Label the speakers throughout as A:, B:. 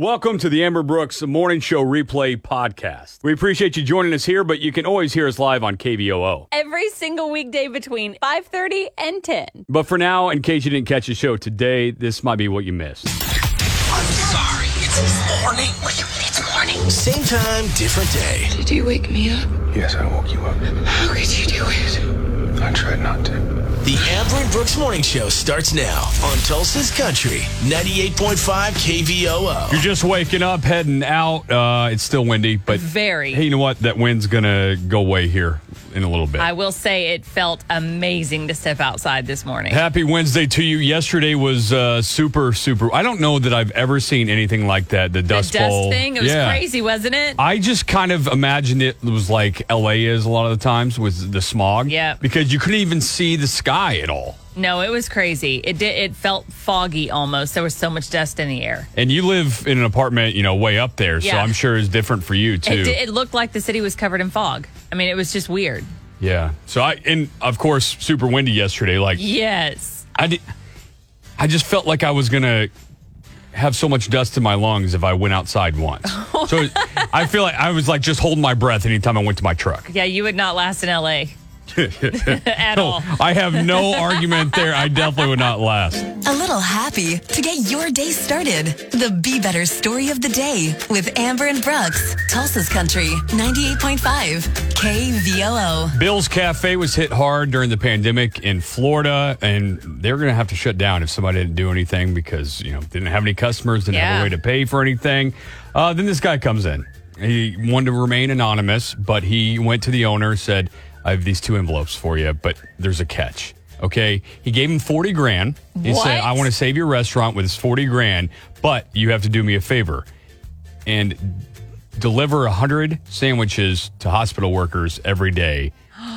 A: Welcome to the Amber Brooks Morning Show Replay Podcast. We appreciate you joining us here, but you can always hear us live on KVOO.
B: every single weekday between 5.30 and 10
A: But for now, in case you didn't catch the show today, this might be what you missed.
C: I'm sorry. It's morning.
D: What do you mean it's morning?
C: Same time, different day.
D: Did you wake me up?
E: Yes, I woke you up.
D: How could you do it?
E: I tried not to.
C: The Amber and Brooks Morning Show starts now on Tulsa's Country, 98.5 KVOO.
A: You're just waking up, heading out. Uh, it's still windy, but
B: Very.
A: Hey, you know what? That wind's gonna go away here in a little bit.
B: i will say it felt amazing to step outside this morning
A: Happy Wednesday to you. Yesterday was uh, super, super. I don't know that I've ever seen anything like that. The
B: the
A: dust,
B: dust
A: bowl
B: thing it was
A: Yeah.
B: crazy wasn't it
A: I just kind of imagined it was like LA is a lot of the times with the smog.
B: Yeah.
A: Because you couldn't even see the sky at all.
B: no it was crazy it did it felt foggy almost there was so much dust in the air
A: And you live in an apartment, you know, way up there. So
B: Yeah.
A: I'm sure it's different for you too.
B: it, did, it looked like the city was covered in fog i mean it was just weird
A: Yeah. So I, and of course, super windy yesterday. Like
B: yes
A: I did, I just felt like I was going to have so much dust in my lungs if I went outside once. so I feel like I was like just holding my breath anytime I went to my truck.
B: yeah you would not last in la at all
A: I have no argument there. I definitely would not last.
F: A little happy to get your day started. The Be Better Story of the Day with Amber and Brooks, Tulsa's Country, 98.5, KVOO.
A: Bill's Cafe was hit hard during the pandemic in Florida, and they're going to have to shut down if somebody didn't do anything because you know didn't have any customers, didn't have
B: Yeah.
A: a way to pay for anything. Uh, then this guy comes in. He wanted to remain anonymous, but he went to the owner, said, "I have these two envelopes for you, but there's a catch." Okay, he gave him forty grand. He said,
B: What?
A: "I want to save your restaurant with this forty grand, but you have to do me a favor." and deliver 100 sandwiches to hospital workers every day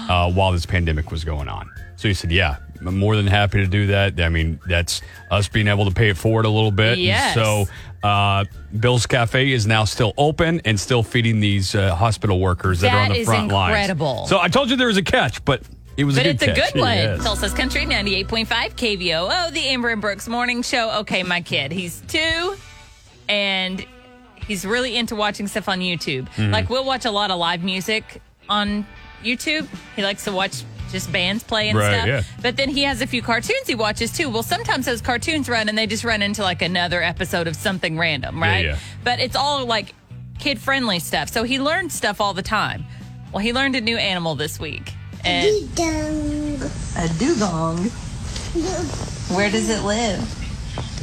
A: uh, while this pandemic was going on. So he said, Yeah, I'm more than happy to do that. I mean, that's us being able to pay it forward a little bit. And
B: Yes.
A: so uh, Bill's Cafe is now still open and still feeding these uh, hospital workers that, are on
B: That
A: the
B: is
A: front line.
B: incredible.
A: So I told you there was a catch, but it was
B: But
A: a
B: it's
A: good catch.
B: a good one.
A: Yes.
B: Tulsa's Country 98.5 KVOO, the Amber and Brooks Morning Show. Okay, my kid, he's two and he's really into watching stuff on YouTube.
A: Mm-hmm.
B: Like, we'll watch a lot of live music on YouTube. He likes to watch just bands play and
A: Right,
B: stuff.
A: yeah.
B: But then he has a few cartoons he watches too. Well, sometimes those cartoons run and they just run into like another episode of something random, right?
A: yeah.
B: But it's all like kid friendly stuff. So he learns stuff all the time. Well, he learned a new animal this week. And
G: Dung.
H: A dugong. Where does it live?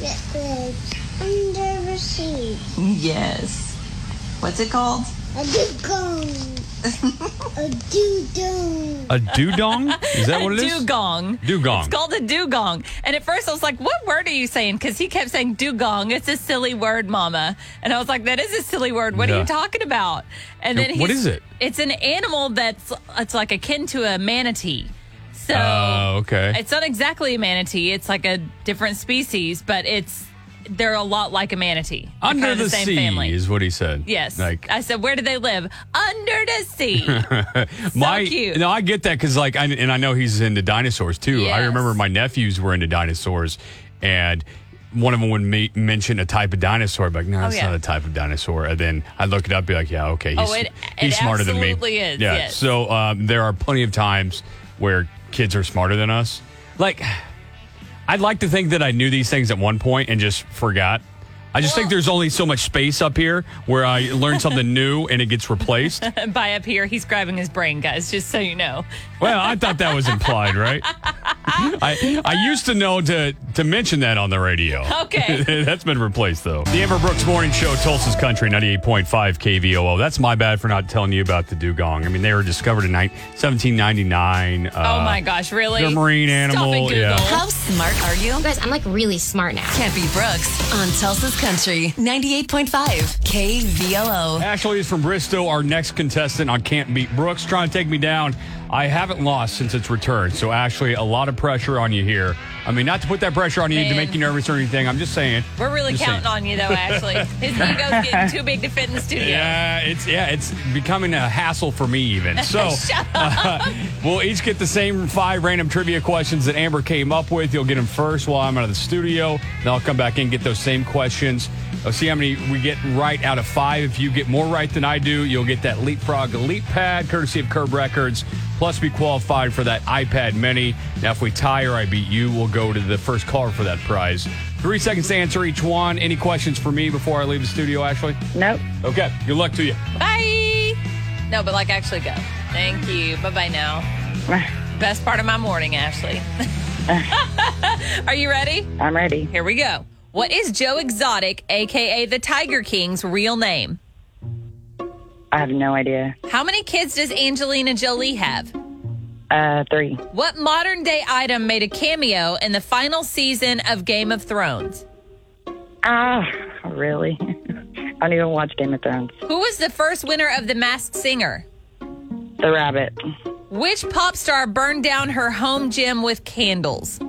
G: That lives under the sea.
H: Yes. What's it called?
G: A dugong. a dudong.
A: A dudong? Is that what it is?
B: dugong.
A: Dugong.
B: It's called a dugong. And at first I was like, what word are you saying? Because he kept saying dugong. It's a silly word, mama. And I was like, that is a silly word. What are
A: Yeah.
B: you talking about? And then
A: Yeah,
B: he's,
A: what is it?
B: It's an animal that's it's like akin to a manatee. So
A: Oh, okay.
B: it's not exactly a manatee. It's like a different species, but it's they're a lot like a manatee. They're
A: Under
B: kind of
A: the,
B: same
A: sea
B: family.
A: is what he said.
B: Yes.
A: Like
B: I said, where do they live? Under the sea.
A: my
B: cute.
A: no, I get that because like, I, and I know he's into dinosaurs too. I
B: Yes.
A: remember my nephews were into dinosaurs, and one of them would ma- mention a type of dinosaur, I'd be like, no, that's
B: Oh, yeah.
A: not a type of dinosaur. And then I'd look it up, be like, yeah, okay, he's,
B: Oh, it-
A: he's
B: it
A: smarter than me.
B: absolutely is,
A: Yeah.
B: yes.
A: So um, there are plenty of times where kids are smarter than us. Like, I'd like to think that I knew these things at one point and just forgot. I just think there's only so much space up here where I learn something new and it gets replaced.
B: And by up here, he's grabbing his brain, guys, just so you know.
A: Well, I thought that was implied, right? I I used to know to to mention that on the radio.
B: Okay.
A: That's been replaced though. The Amber Brooks Morning Show, Tulsa's Country, 98.5 KVOO. That's my bad for not telling you about the dugong. I mean, they were discovered in ni- 1799.
B: oh my gosh, really?
A: they're Uh, marine
B: Stop
A: animal,
B: and Google.
A: yeah.
F: How smart are you?
I: guys, I'm like really smart now.
F: Campy Brooks on Tulsa's Country, 98.5, KVOO.
A: Ashley is from Bristow, our next contestant on Can't Beat Brooks, trying to take me down. I haven't lost since its return. So, Ashley, a lot of pressure on you here. I mean, not to put that pressure on you to
B: Man.
A: make you nervous or anything. I'm just saying.
B: We're really
A: Just
B: counting
A: saying.
B: on you, though, Ashley. His ego's getting too big to fit in the studio.
A: Yeah, it's yeah, it's becoming a hassle for me even. So uh, we'll each get the same five random trivia questions that Amber came up with. You'll get them first while I'm out of the studio. Then I'll come back in and get those same questions Let's see how many we get right out of five. If you get more right than I do, you'll get that Leapfrog Elite Pad, courtesy of Curb Records. Plus, be qualified for that iPad Mini. Now, if we tie or I beat you, we'll go to the first caller for that prize. Three seconds to answer each one. Any questions for me before I leave the studio, Ashley?
I: Nope.
A: Okay. Good luck to you.
B: Bye. No, but like actually go. Thank you. Bye bye now. Best part of my morning, Ashley. Are you ready?
I: I'm ready.
B: Here we go. What is Joe Exotic, aka the Tiger King's real name?
I: I have no idea.
B: How many kids does Angelina Jolie have?
I: Uh, three.
B: What modern day item made a cameo in the final season of Game of Thrones?
I: Ah, really? I don't even watch Game of Thrones.
B: Who was the first winner of The Masked Singer?
I: The Rabbit.
B: Which pop star burned down her home gym with candles?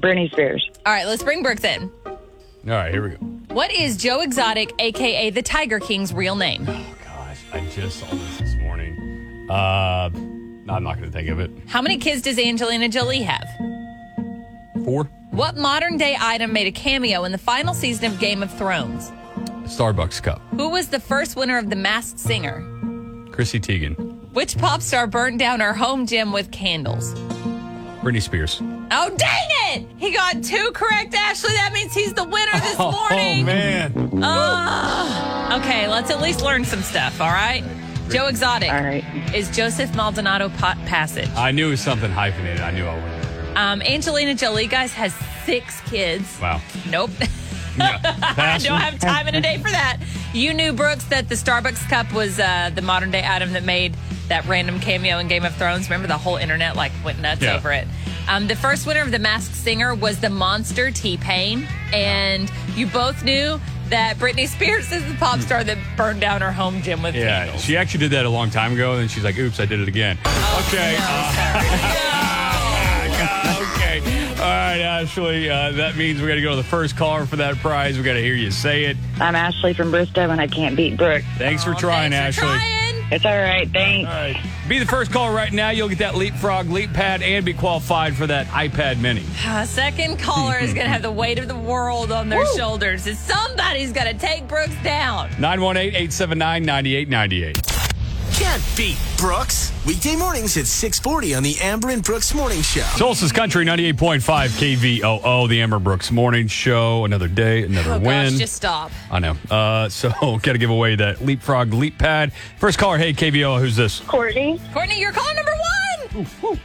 I: Britney Spears.
B: All right, let's bring Brooks in.
A: All right. Here we go.
B: What is Joe Exotic, aka the Tiger King's real name?
A: Oh, gosh. I just saw this this morning. Uh, I'm not going to think of it.
B: How many kids does Angelina Jolie have?
A: Four?
B: What modern day item made a cameo in the final season of Game of Thrones?
A: Starbucks cup.
B: Who was the first winner of The Masked Singer?
A: Chrissy Teigen.
B: Which pop star burned down her home gym with candles?
A: Britney Spears.
B: Oh, dang it! He got two correct, Ashley. That means he's the winner this morning.
A: Oh, man.
B: Ah. okay, let's at least learn some stuff, all right? Joe Exotic
I: All right.
B: is Joseph Maldonado Pot Passage.
A: I knew it was something hyphenated. I knew I wouldn't.
B: Um, Angelina Jolie, guys, has six kids.
A: Wow.
B: Nope.
A: Yeah.
B: I
A: Pass.
B: don't have time in a day for that. You knew, Brooks, that the Starbucks cup was uh, the modern day item that made that random cameo in Game of Thrones. Remember, the whole internet like went nuts
A: Yeah.
B: over it. Um, the first winner of The Masked Singer was the monster T Pain, and you both knew that Britney Spears is the pop star that burned down her home gym with
A: Hmm. Yeah,
B: candles.
A: she actually did that a long time ago, and then she's like, "Oops, I did it again."
B: Oh,
A: okay, uh, okay, all right, Ashley. Uh, that means we got to go to the first caller for that prize. We got to hear you say it.
I: I'm Ashley from Bristow, and I can't beat Brooke.
A: Thanks for
B: Aw,
A: trying,
B: Oh, thanks for
A: Ashley.
B: trying.
I: It's all right. Thanks.
A: All right, be the first caller right now. You'll get that leapfrog leap pad and be qualified for that iPad Mini.
B: A second caller is going to have the weight of the world on their shoulders. And somebody's going to take Brooks down.
A: 918-879-9898.
C: Can't beat Brooks. Weekday mornings at 640 on the Amber and Brooks Morning Show.
A: Solstice Country 98.5 KVOO, the Amber Brooks Morning Show. Another day, another
B: Oh,
A: win.
B: gosh, just stop.
A: I know. Uh, so, got to give away that leapfrog leap pad. First caller, hey KBO, who's this?
G: Courtney.
B: Courtney, you're caller number one.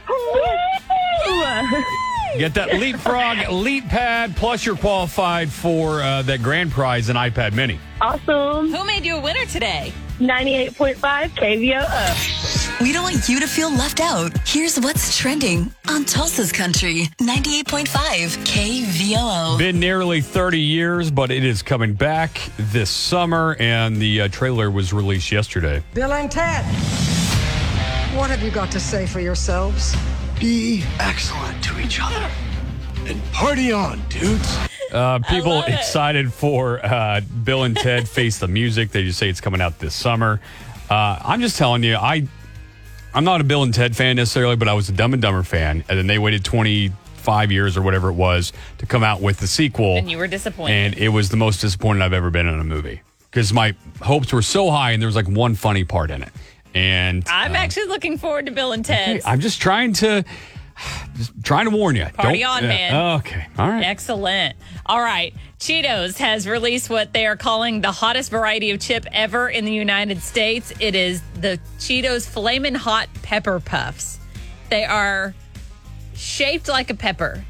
A: Get that leapfrog leap pad. Plus, you're qualified for uh, that grand prize, an iPad Mini.
G: Awesome.
B: Who made you a winner today?
G: 98.5 KVOO.
F: We don't want you to feel left out. Here's what's trending on Tulsa's Country 98.5 KVOO.
A: Been nearly 30 years, but it is coming back this summer, and the uh, trailer was released yesterday.
J: Bill and Ted, what have you got to say for yourselves?
E: Be excellent to each other. And party on, dudes.
A: Uh, people
B: love it.
A: excited for uh, Bill and Ted Face the Music. They just say it's coming out this summer. Uh, I'm just telling you, I I'm not a Bill and Ted fan necessarily, but I was a Dumb and Dumber fan, and then they waited 25 years or whatever it was to come out with the sequel.
B: And you were disappointed.
A: And it was the most disappointed I've ever been in a movie because my hopes were so high, and there was like one funny part in it. And
B: I'm actually looking forward to Bill and Ted's.
A: I'm just trying to just trying to warn you.
B: Party on,
A: yeah. Oh,
B: man.
A: Okay, all right.
B: Excellent. All right. Cheetos has released what they are calling the hottest variety of chip ever in the United States. It is the Cheetos Flamin' Hot Pepper Puffs. They are shaped like a pepper.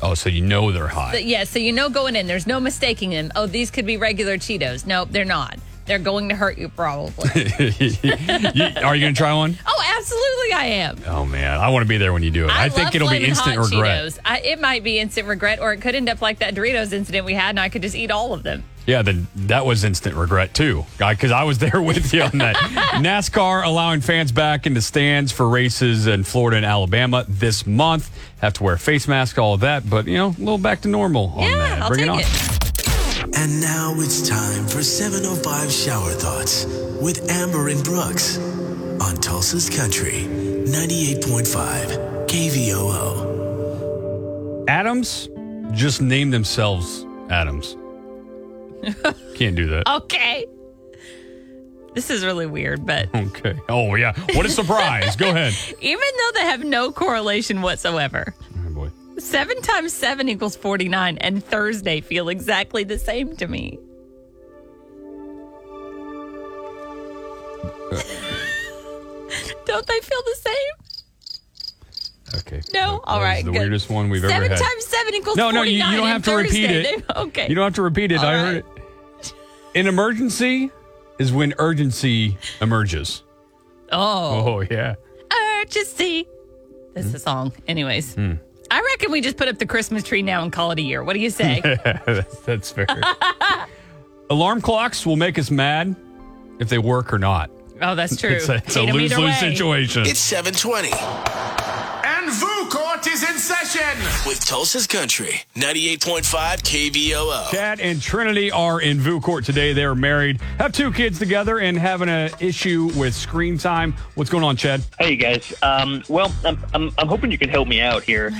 A: Oh, so you know they're hot.
B: But yeah, so you know going in, there's no mistaking them. Oh, these could be regular Cheetos. Nope, they're not. They're going to hurt you probably.
A: You- are you going to try one?
B: oh, absolutely I am.
A: Oh man, I want to be there when you do it. I, think
B: love
A: it'll be
B: flaming
A: instant
B: hot
A: regret.
B: Cheetos. I, it might be instant regret, or it could end up like that Doritos incident we had, and I could just eat all of them.
A: Yeah, then that was instant regret too, because I was there with you on that. NASCAR allowing fans back into stands for races in Florida and Alabama this month. Have to wear a face mask, all of that, but you know, a little back to normal on
B: yeah,
A: that.
B: I'll
A: Bring
B: take
A: it on.
B: it.
C: And now it's time for 705 Shower Thoughts with Amber and Brooks on Tulsa's Country 98.5 KVOO.
A: Adams just named themselves Adams. Can't do that.
B: Okay. This is really weird, but
A: Okay. Oh, yeah. What a surprise. Go ahead.
B: even though they have no correlation whatsoever,
A: Oh, boy.
B: seven times seven equals 49, and Thursday feel exactly the same to me. Don't they feel the same?
A: Okay.
B: No?
A: That
B: All
A: was
B: right.
A: The
B: good.
A: weirdest one we've
B: seven
A: ever had.
B: times seven equals
A: no,
B: 49.
A: no, you, you don't
B: and
A: have to repeat
B: Thursday
A: it.
B: they- Okay.
A: You don't have to repeat it.
B: All
A: I
B: right.
A: heard it. An emergency is when urgency emerges.
B: Oh.
A: Oh, yeah.
B: Urgency. That's the song. Anyways. I reckon we just put up the Christmas tree now and call it a year. What do you say?
A: that's, that's fair. Alarm clocks will make us mad if they work or not.
B: Oh, that's true.
A: It's a, it's a
B: Hate 'em
A: lose
B: either
A: lose
B: way.
A: situation.
C: It's 720
E: And VU Court is in session.
C: with Tulsa's Country, 98.5 KVOO.
A: Chad and Trinity are in VU court today. They are married, have two kids together, and having an issue with screen time. What's going on, Chad?
K: Hey guys, um, well, I'm, I'm, I'm hoping you can help me out here.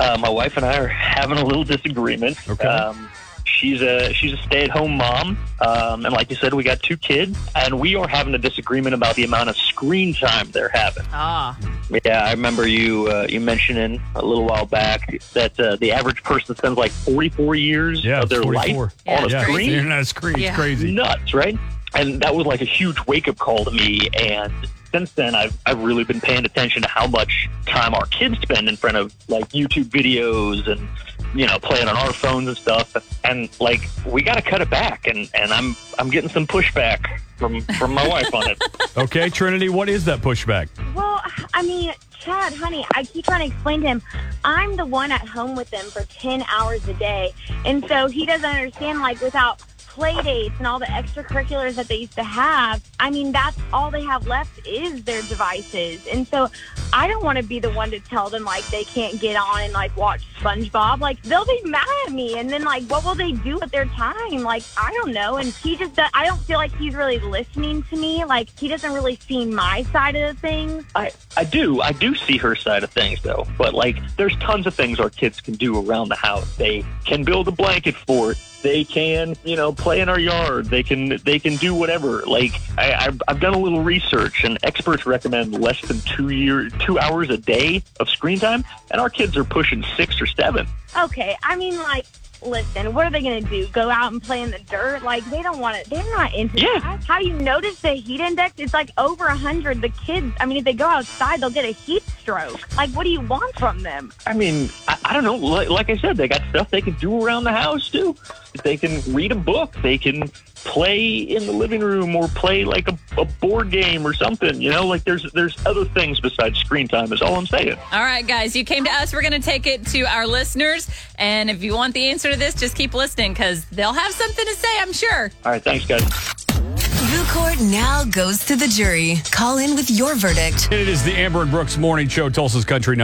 K: uh, my wife and I are having a little disagreement.
A: Okay.
K: Um, she's a she's a stay at home mom, um, and like you said, we got two kids, and we are having a disagreement about the amount of screen time they're having.
B: Ah.
K: Yeah, I remember you uh, you mentioning a little while back that uh, the average person spends like 44 years
A: Yeah,
K: of their
A: 44.
K: life on a
A: Yeah,
K: screen.
A: you're not a screen. It's Yeah. crazy.
K: Nuts, right? And that was like a huge wake up call to me. And since then, I've, I've really been paying attention to how much time our kids spend in front of like YouTube videos and, you know, playing on our phones and stuff. And like, we got to cut it back. And, and I'm, I'm getting some pushback from, from my wife on it.
A: Okay, Trinity, what is that pushback?
L: Well, I mean, Chad, honey, I keep trying to explain to him, I'm the one at home with him for 10 hours a day. And so he doesn't understand, like, without play dates and all the extracurriculars that they used to have, I mean, that's all they have left is their devices. And so I don't want to be the one to tell them, like, they can't get on and, like, watch SpongeBob. Like, they'll be mad at me. And then, like, what will they do with their time? Like, I don't know. And he just, do- I don't feel like he's really listening to me. Like, he doesn't really see my side of the things.
K: I, I do. I do see her side of things, though. But, like, there's tons of things our kids can do around the house. They can build a blanket fort. They can, you know, play in our yard. They can, they can do whatever. Like, I, I've, I've done a little research, and experts recommend less than two year, two hours a day of screen time, and our kids are pushing six or seven.
L: Okay, I mean, like, listen, what are they going to do? Go out and play in the dirt? Like, they don't want it. They're not into that. How you notice the heat index? It's like over 100. The kids, I mean, if they go outside, they'll get a heat stroke. Like, what do you want from them?
K: I mean, I, I don't know. Like, like I said, they got stuff they can do around the house too. They can read a book. They can play in the living room or play like a, a board game or something. You know, like there's there's other things besides screen time. Is all I'm saying.
B: All right, guys, you came to us. We're going to take it to our listeners. And if you want the answer to this, just keep listening because they'll have something to say, I'm sure.
K: All right, thanks, guys.
F: VuCourt now goes to the jury. Call in with your verdict.
A: It is the Amber and Brooks Morning Show, Tulsa's Country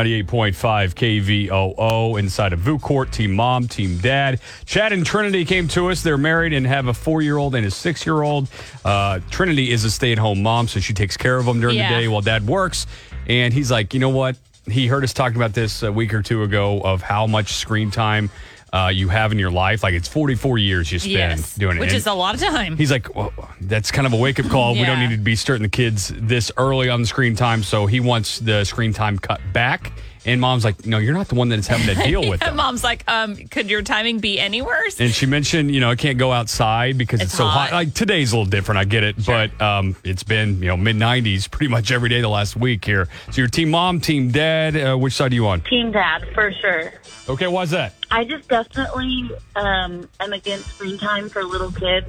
A: 98.5 KVOO, inside of VU Court, Team Mom, Team Dad. Chad and Trinity came to us. They're married and have a four year old and a six year old. Uh, Trinity is a stay at home mom, so she takes care of them during
B: Yeah.
A: the day while dad works. And he's like, you know what? He heard us talking about this a week or two ago of how much screen time uh, you have in your life. Like it's 44 years you spend doing it.
B: which
A: And-
B: is a lot of time.
A: He's like, well, that's kind of a wake up call. We don't
B: Yeah.
A: need to be starting the kids this early on the screen time. So he wants the screen time cut back. And mom's like, no, you're not the one that's having to deal with
B: Yeah,
A: it.
B: Mom's like, um, could your timing be any worse?
A: And she mentioned, you know, I can't go outside because it's,
B: It's
A: so hot.
B: hot.
A: Like today's a little different, I get it, but um, it's been you know mid 90s pretty much every day the last week here. So your team mom, team dad, uh, which side are you on?
M: Team dad, for sure.
A: Okay, why's that?
M: I just definitely um, am against screen time for little kids.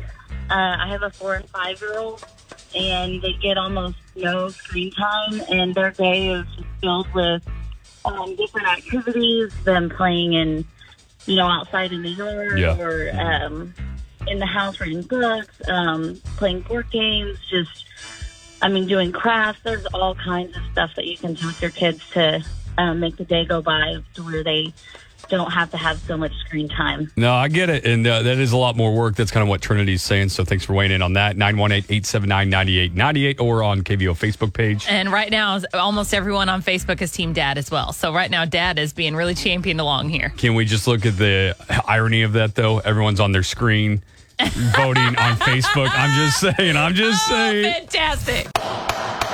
M: Uh, I have a four and five year old, and they get almost no screen time, and their day is just filled with um, different activities, them playing in, you know, outside in the yard
N: Yeah.
M: or um, in the house reading books, um, playing board games, just, I mean, doing crafts. There's all kinds of stuff that you can do with your kids to um, make the day go by to where they don't have to have so much screen time.
A: No, I get it. And uh, that is a lot more work. That's kind of what Trinity's saying. So thanks for weighing in on that. 918 879 9898 or on KVO Facebook page.
B: And right now, almost everyone on Facebook is Team Dad as well. So right now, Dad is being really championed along here.
A: Can we just look at the irony of that, though? Everyone's on their screen voting on Facebook. I'm just saying. I'm just
B: Oh,
A: saying.
B: Fantastic.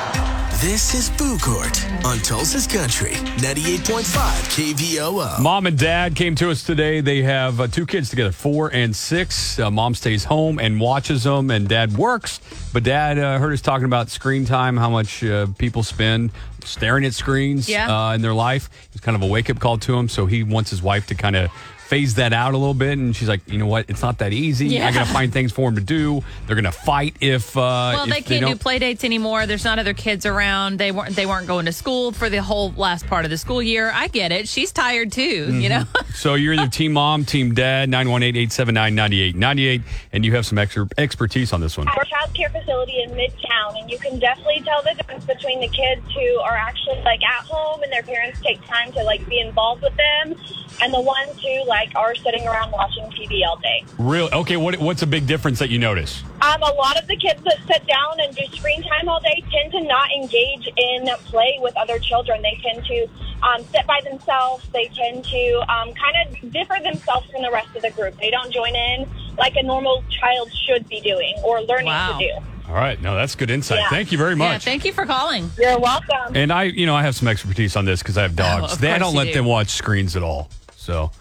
C: This is Boo Court on Tulsa's Country, 98.5 KVOO.
A: Mom and dad came to us today. They have uh, two kids together, four and six. Uh, mom stays home and watches them, and dad works. But dad uh, heard us talking about screen time, how much uh, people spend staring at screens
B: Yeah.
A: uh, in their life. It's kind of a wake up call to him. So he wants his wife to kind of phase that out a little bit. And she's like, you know what? It's not that easy.
B: Yeah.
A: I got to find things for him to do. They're going to fight if. Uh,
B: Well,
A: if
B: they can't do
A: don't-
B: play dates anymore. There's not other kids around. They weren't they weren't going to school for the whole last part of the school year. I get it. She's tired too,
A: Mm-hmm.
B: you know.
A: So you're either team mom, team dad, 918-879-9898, and you have some extra expertise on this one.
N: at a child care facility in Midtown, and you can definitely tell the difference between the kids who are actually like at home and their parents take time to like be involved with them, and the ones who like are sitting around watching TV all day.
A: Really? Okay, what, what's a big difference that you notice?
N: Um, a lot of the kids that sit down and do screen time all day tend to not engage in play with other children. They tend to um, sit by themselves. They tend to um, kind of differ themselves from the rest of the group. They don't join in like a normal child should be doing or learning
B: Wow.
N: to do.
A: All right, no, that's good insight.
N: Yeah.
A: Thank you very
B: Yeah,
A: much.
B: thank you for calling.
N: You're welcome.
A: and I, you know, I have some expertise on this because I have dogs.
B: Oh, of
A: they, I don't
B: course you
A: let
B: do.
A: them watch screens at all. So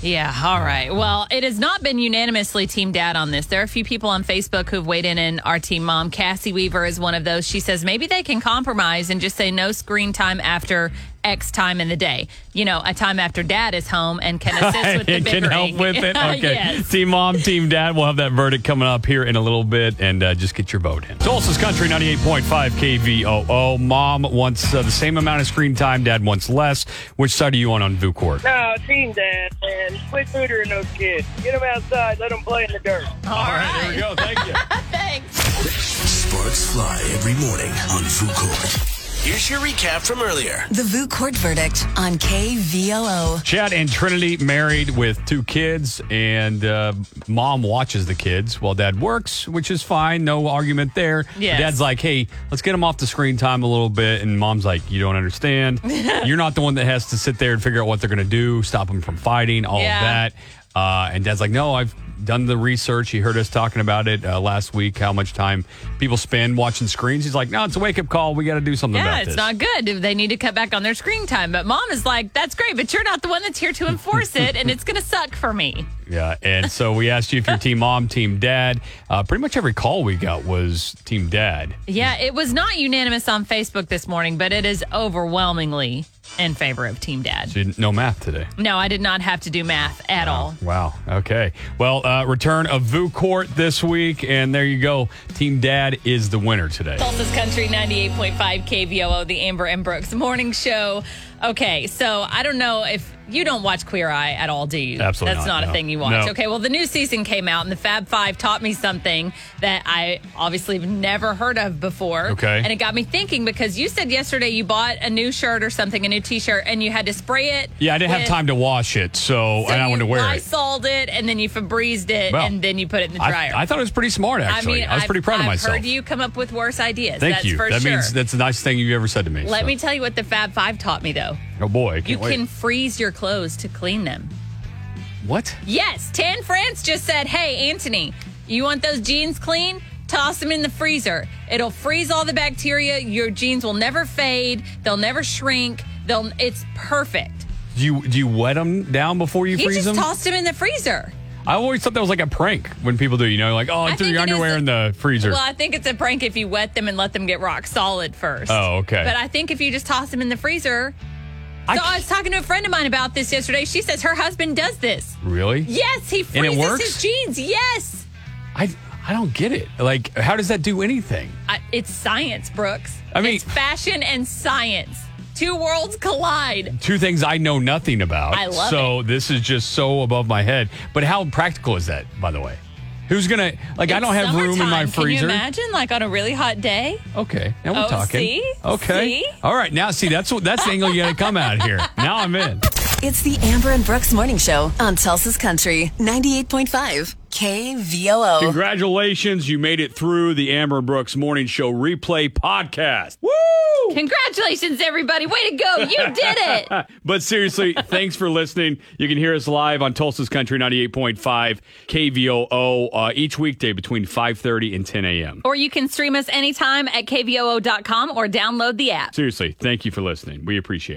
B: Yeah, all right. Well, it has not been unanimously Team Dad on this. There are a few people on Facebook who've weighed in, and our team mom, Cassie Weaver, is one of those. She says maybe they can compromise and just say no screen time after X time in the day. You know, a time after Dad is home and can assist with the
A: it can help
B: bickering.
A: with it. Okay.
B: Yes.
A: Team mom, team dad. We'll have that verdict coming up here in a little bit and uh, just get your vote in. Tulsa's Country 98.5 KVOO. Mom wants uh, the same amount of screen time, dad wants less. Which side are you on on VuCourt?
O: No, team dad, man. Quit neutering those kids. Get them outside. Let them play in the dirt.
B: All right.
A: There we go. Thank you.
C: Sparks fly every morning on Food Court. Here's your recap from earlier.
F: The VU Court verdict on KVOO.
A: Chad and Trinity married with two kids, and uh, mom watches the kids while dad works, which is fine. No argument there.
B: Yes.
A: Dad's like, hey, let's get him off the screen time a little bit. And mom's like, you don't understand. You're not the one that has to sit there and figure out what they're going to do, stop them from fighting, all
B: Yeah.
A: of that. Uh, and dad's like, no, I've done the research. He heard us talking about it uh, last week, how much time people spend watching screens. He's like, no, it's a wake up call. We got to do something
B: Yeah,
A: about
B: it's
A: this.
B: not good. They need to cut back on their screen time. But mom is like, that's great, but you're not the one that's here to enforce it, and it's going to suck for me.
A: Yeah, and so we asked you if you're team mom, team dad. Uh, pretty much every call we got was team dad.
B: Yeah, it was not unanimous on Facebook this morning, but it is overwhelmingly in favor of Team Dad.
A: Didn't no math today.
B: No, I did not have to do math at all.
A: Wow. Okay. Well, uh, return of VU Court this week, and there you go. Team dad is the winner today.
B: Tulsa's Country 98.5 KVOO, the Amber and Brooks morning show. Okay, so I don't know if you don't watch Queer Eye at all, do you?
A: Absolutely
B: That's
A: not,
B: not,
A: no.
B: a thing you watch.
A: No.
B: Okay, well, the new season came out, and the Fab Five taught me something that I obviously have never heard of before.
A: Okay.
B: And it got me thinking because you said yesterday you bought a new shirt or something, a new t shirt, and you had to spray it.
A: Yeah, I didn't have
B: with-
A: time to wash it, so,
B: So
A: and I
B: you
A: wanted to wear it.
B: Lysoled it, and then you Febrezed it,
A: Well,
B: and then you put it in the dryer.
A: I, I thought it was pretty smart, actually. I, was pretty proud of
B: I've
A: myself.
B: heard you come up with worse ideas.
A: Thank
B: that's
A: you.
B: For
A: that
B: sure.
A: means that's the nicest thing you ever said to me.
B: Let
A: so.
B: me tell you what the Fab Five taught me, though.
A: Oh boy, I can't
B: You
A: wait.
B: can freeze your clothes to clean them.
A: What?
B: Yes, Tan France just said, "Hey, Anthony, you want those jeans clean? Toss them in the freezer. It'll freeze all the bacteria. Your jeans will never fade. They'll never shrink. They'll. It's perfect.
A: Do you do you wet them down before you
B: he
A: freeze
B: just
A: them?
B: tossed them in the freezer.
A: I always thought that was like a prank when people do. You know, like oh, I, threw
B: think
A: your
B: it is
A: underwear in the freezer.
B: Well, I think it's a prank if you wet them and let them get rock solid first.
A: Oh, okay.
B: But I think if you just toss them in the freezer.
A: I
B: so I was talking to a friend of mine about this yesterday. She says her husband does this.
A: Really?
B: Yes, he
A: And it
B: freezes his
A: works?
B: jeans. Yes.
A: I I don't get it. Like, how does that do anything?
B: I, it's science, Brooks.
A: I mean-
B: it's fashion and science. Two worlds collide.
A: Two things I know nothing about.
B: I love
A: so this is just so above my head. But how practical is that, by the way? Who's gonna like? I
B: It's
A: don't have room in my
B: summertime.
A: freezer.
B: Can you imagine, like on a really hot day?
A: Okay, now we're
B: Oh,
A: talking.
B: see?
A: Okay,
B: See?
A: all right. Now see that's what that's the angle you gotta come out here. Now I'm in.
F: It's the Amber and Brooks Morning Show on Tulsa's Country 98.5 KVOO.
A: Congratulations, you made it through the Amber Brooks Morning Show Replay Podcast. Woo!
B: Congratulations, everybody. Way to go. You did it.
A: but seriously, thanks for listening. You can hear us live on Tulsa's Country 98.5 KVOO uh, each weekday between 5.30 and 10 a.m.
B: Or you can stream us anytime at kvoo.com or download the app.
A: Seriously, thank you for listening. We appreciate it.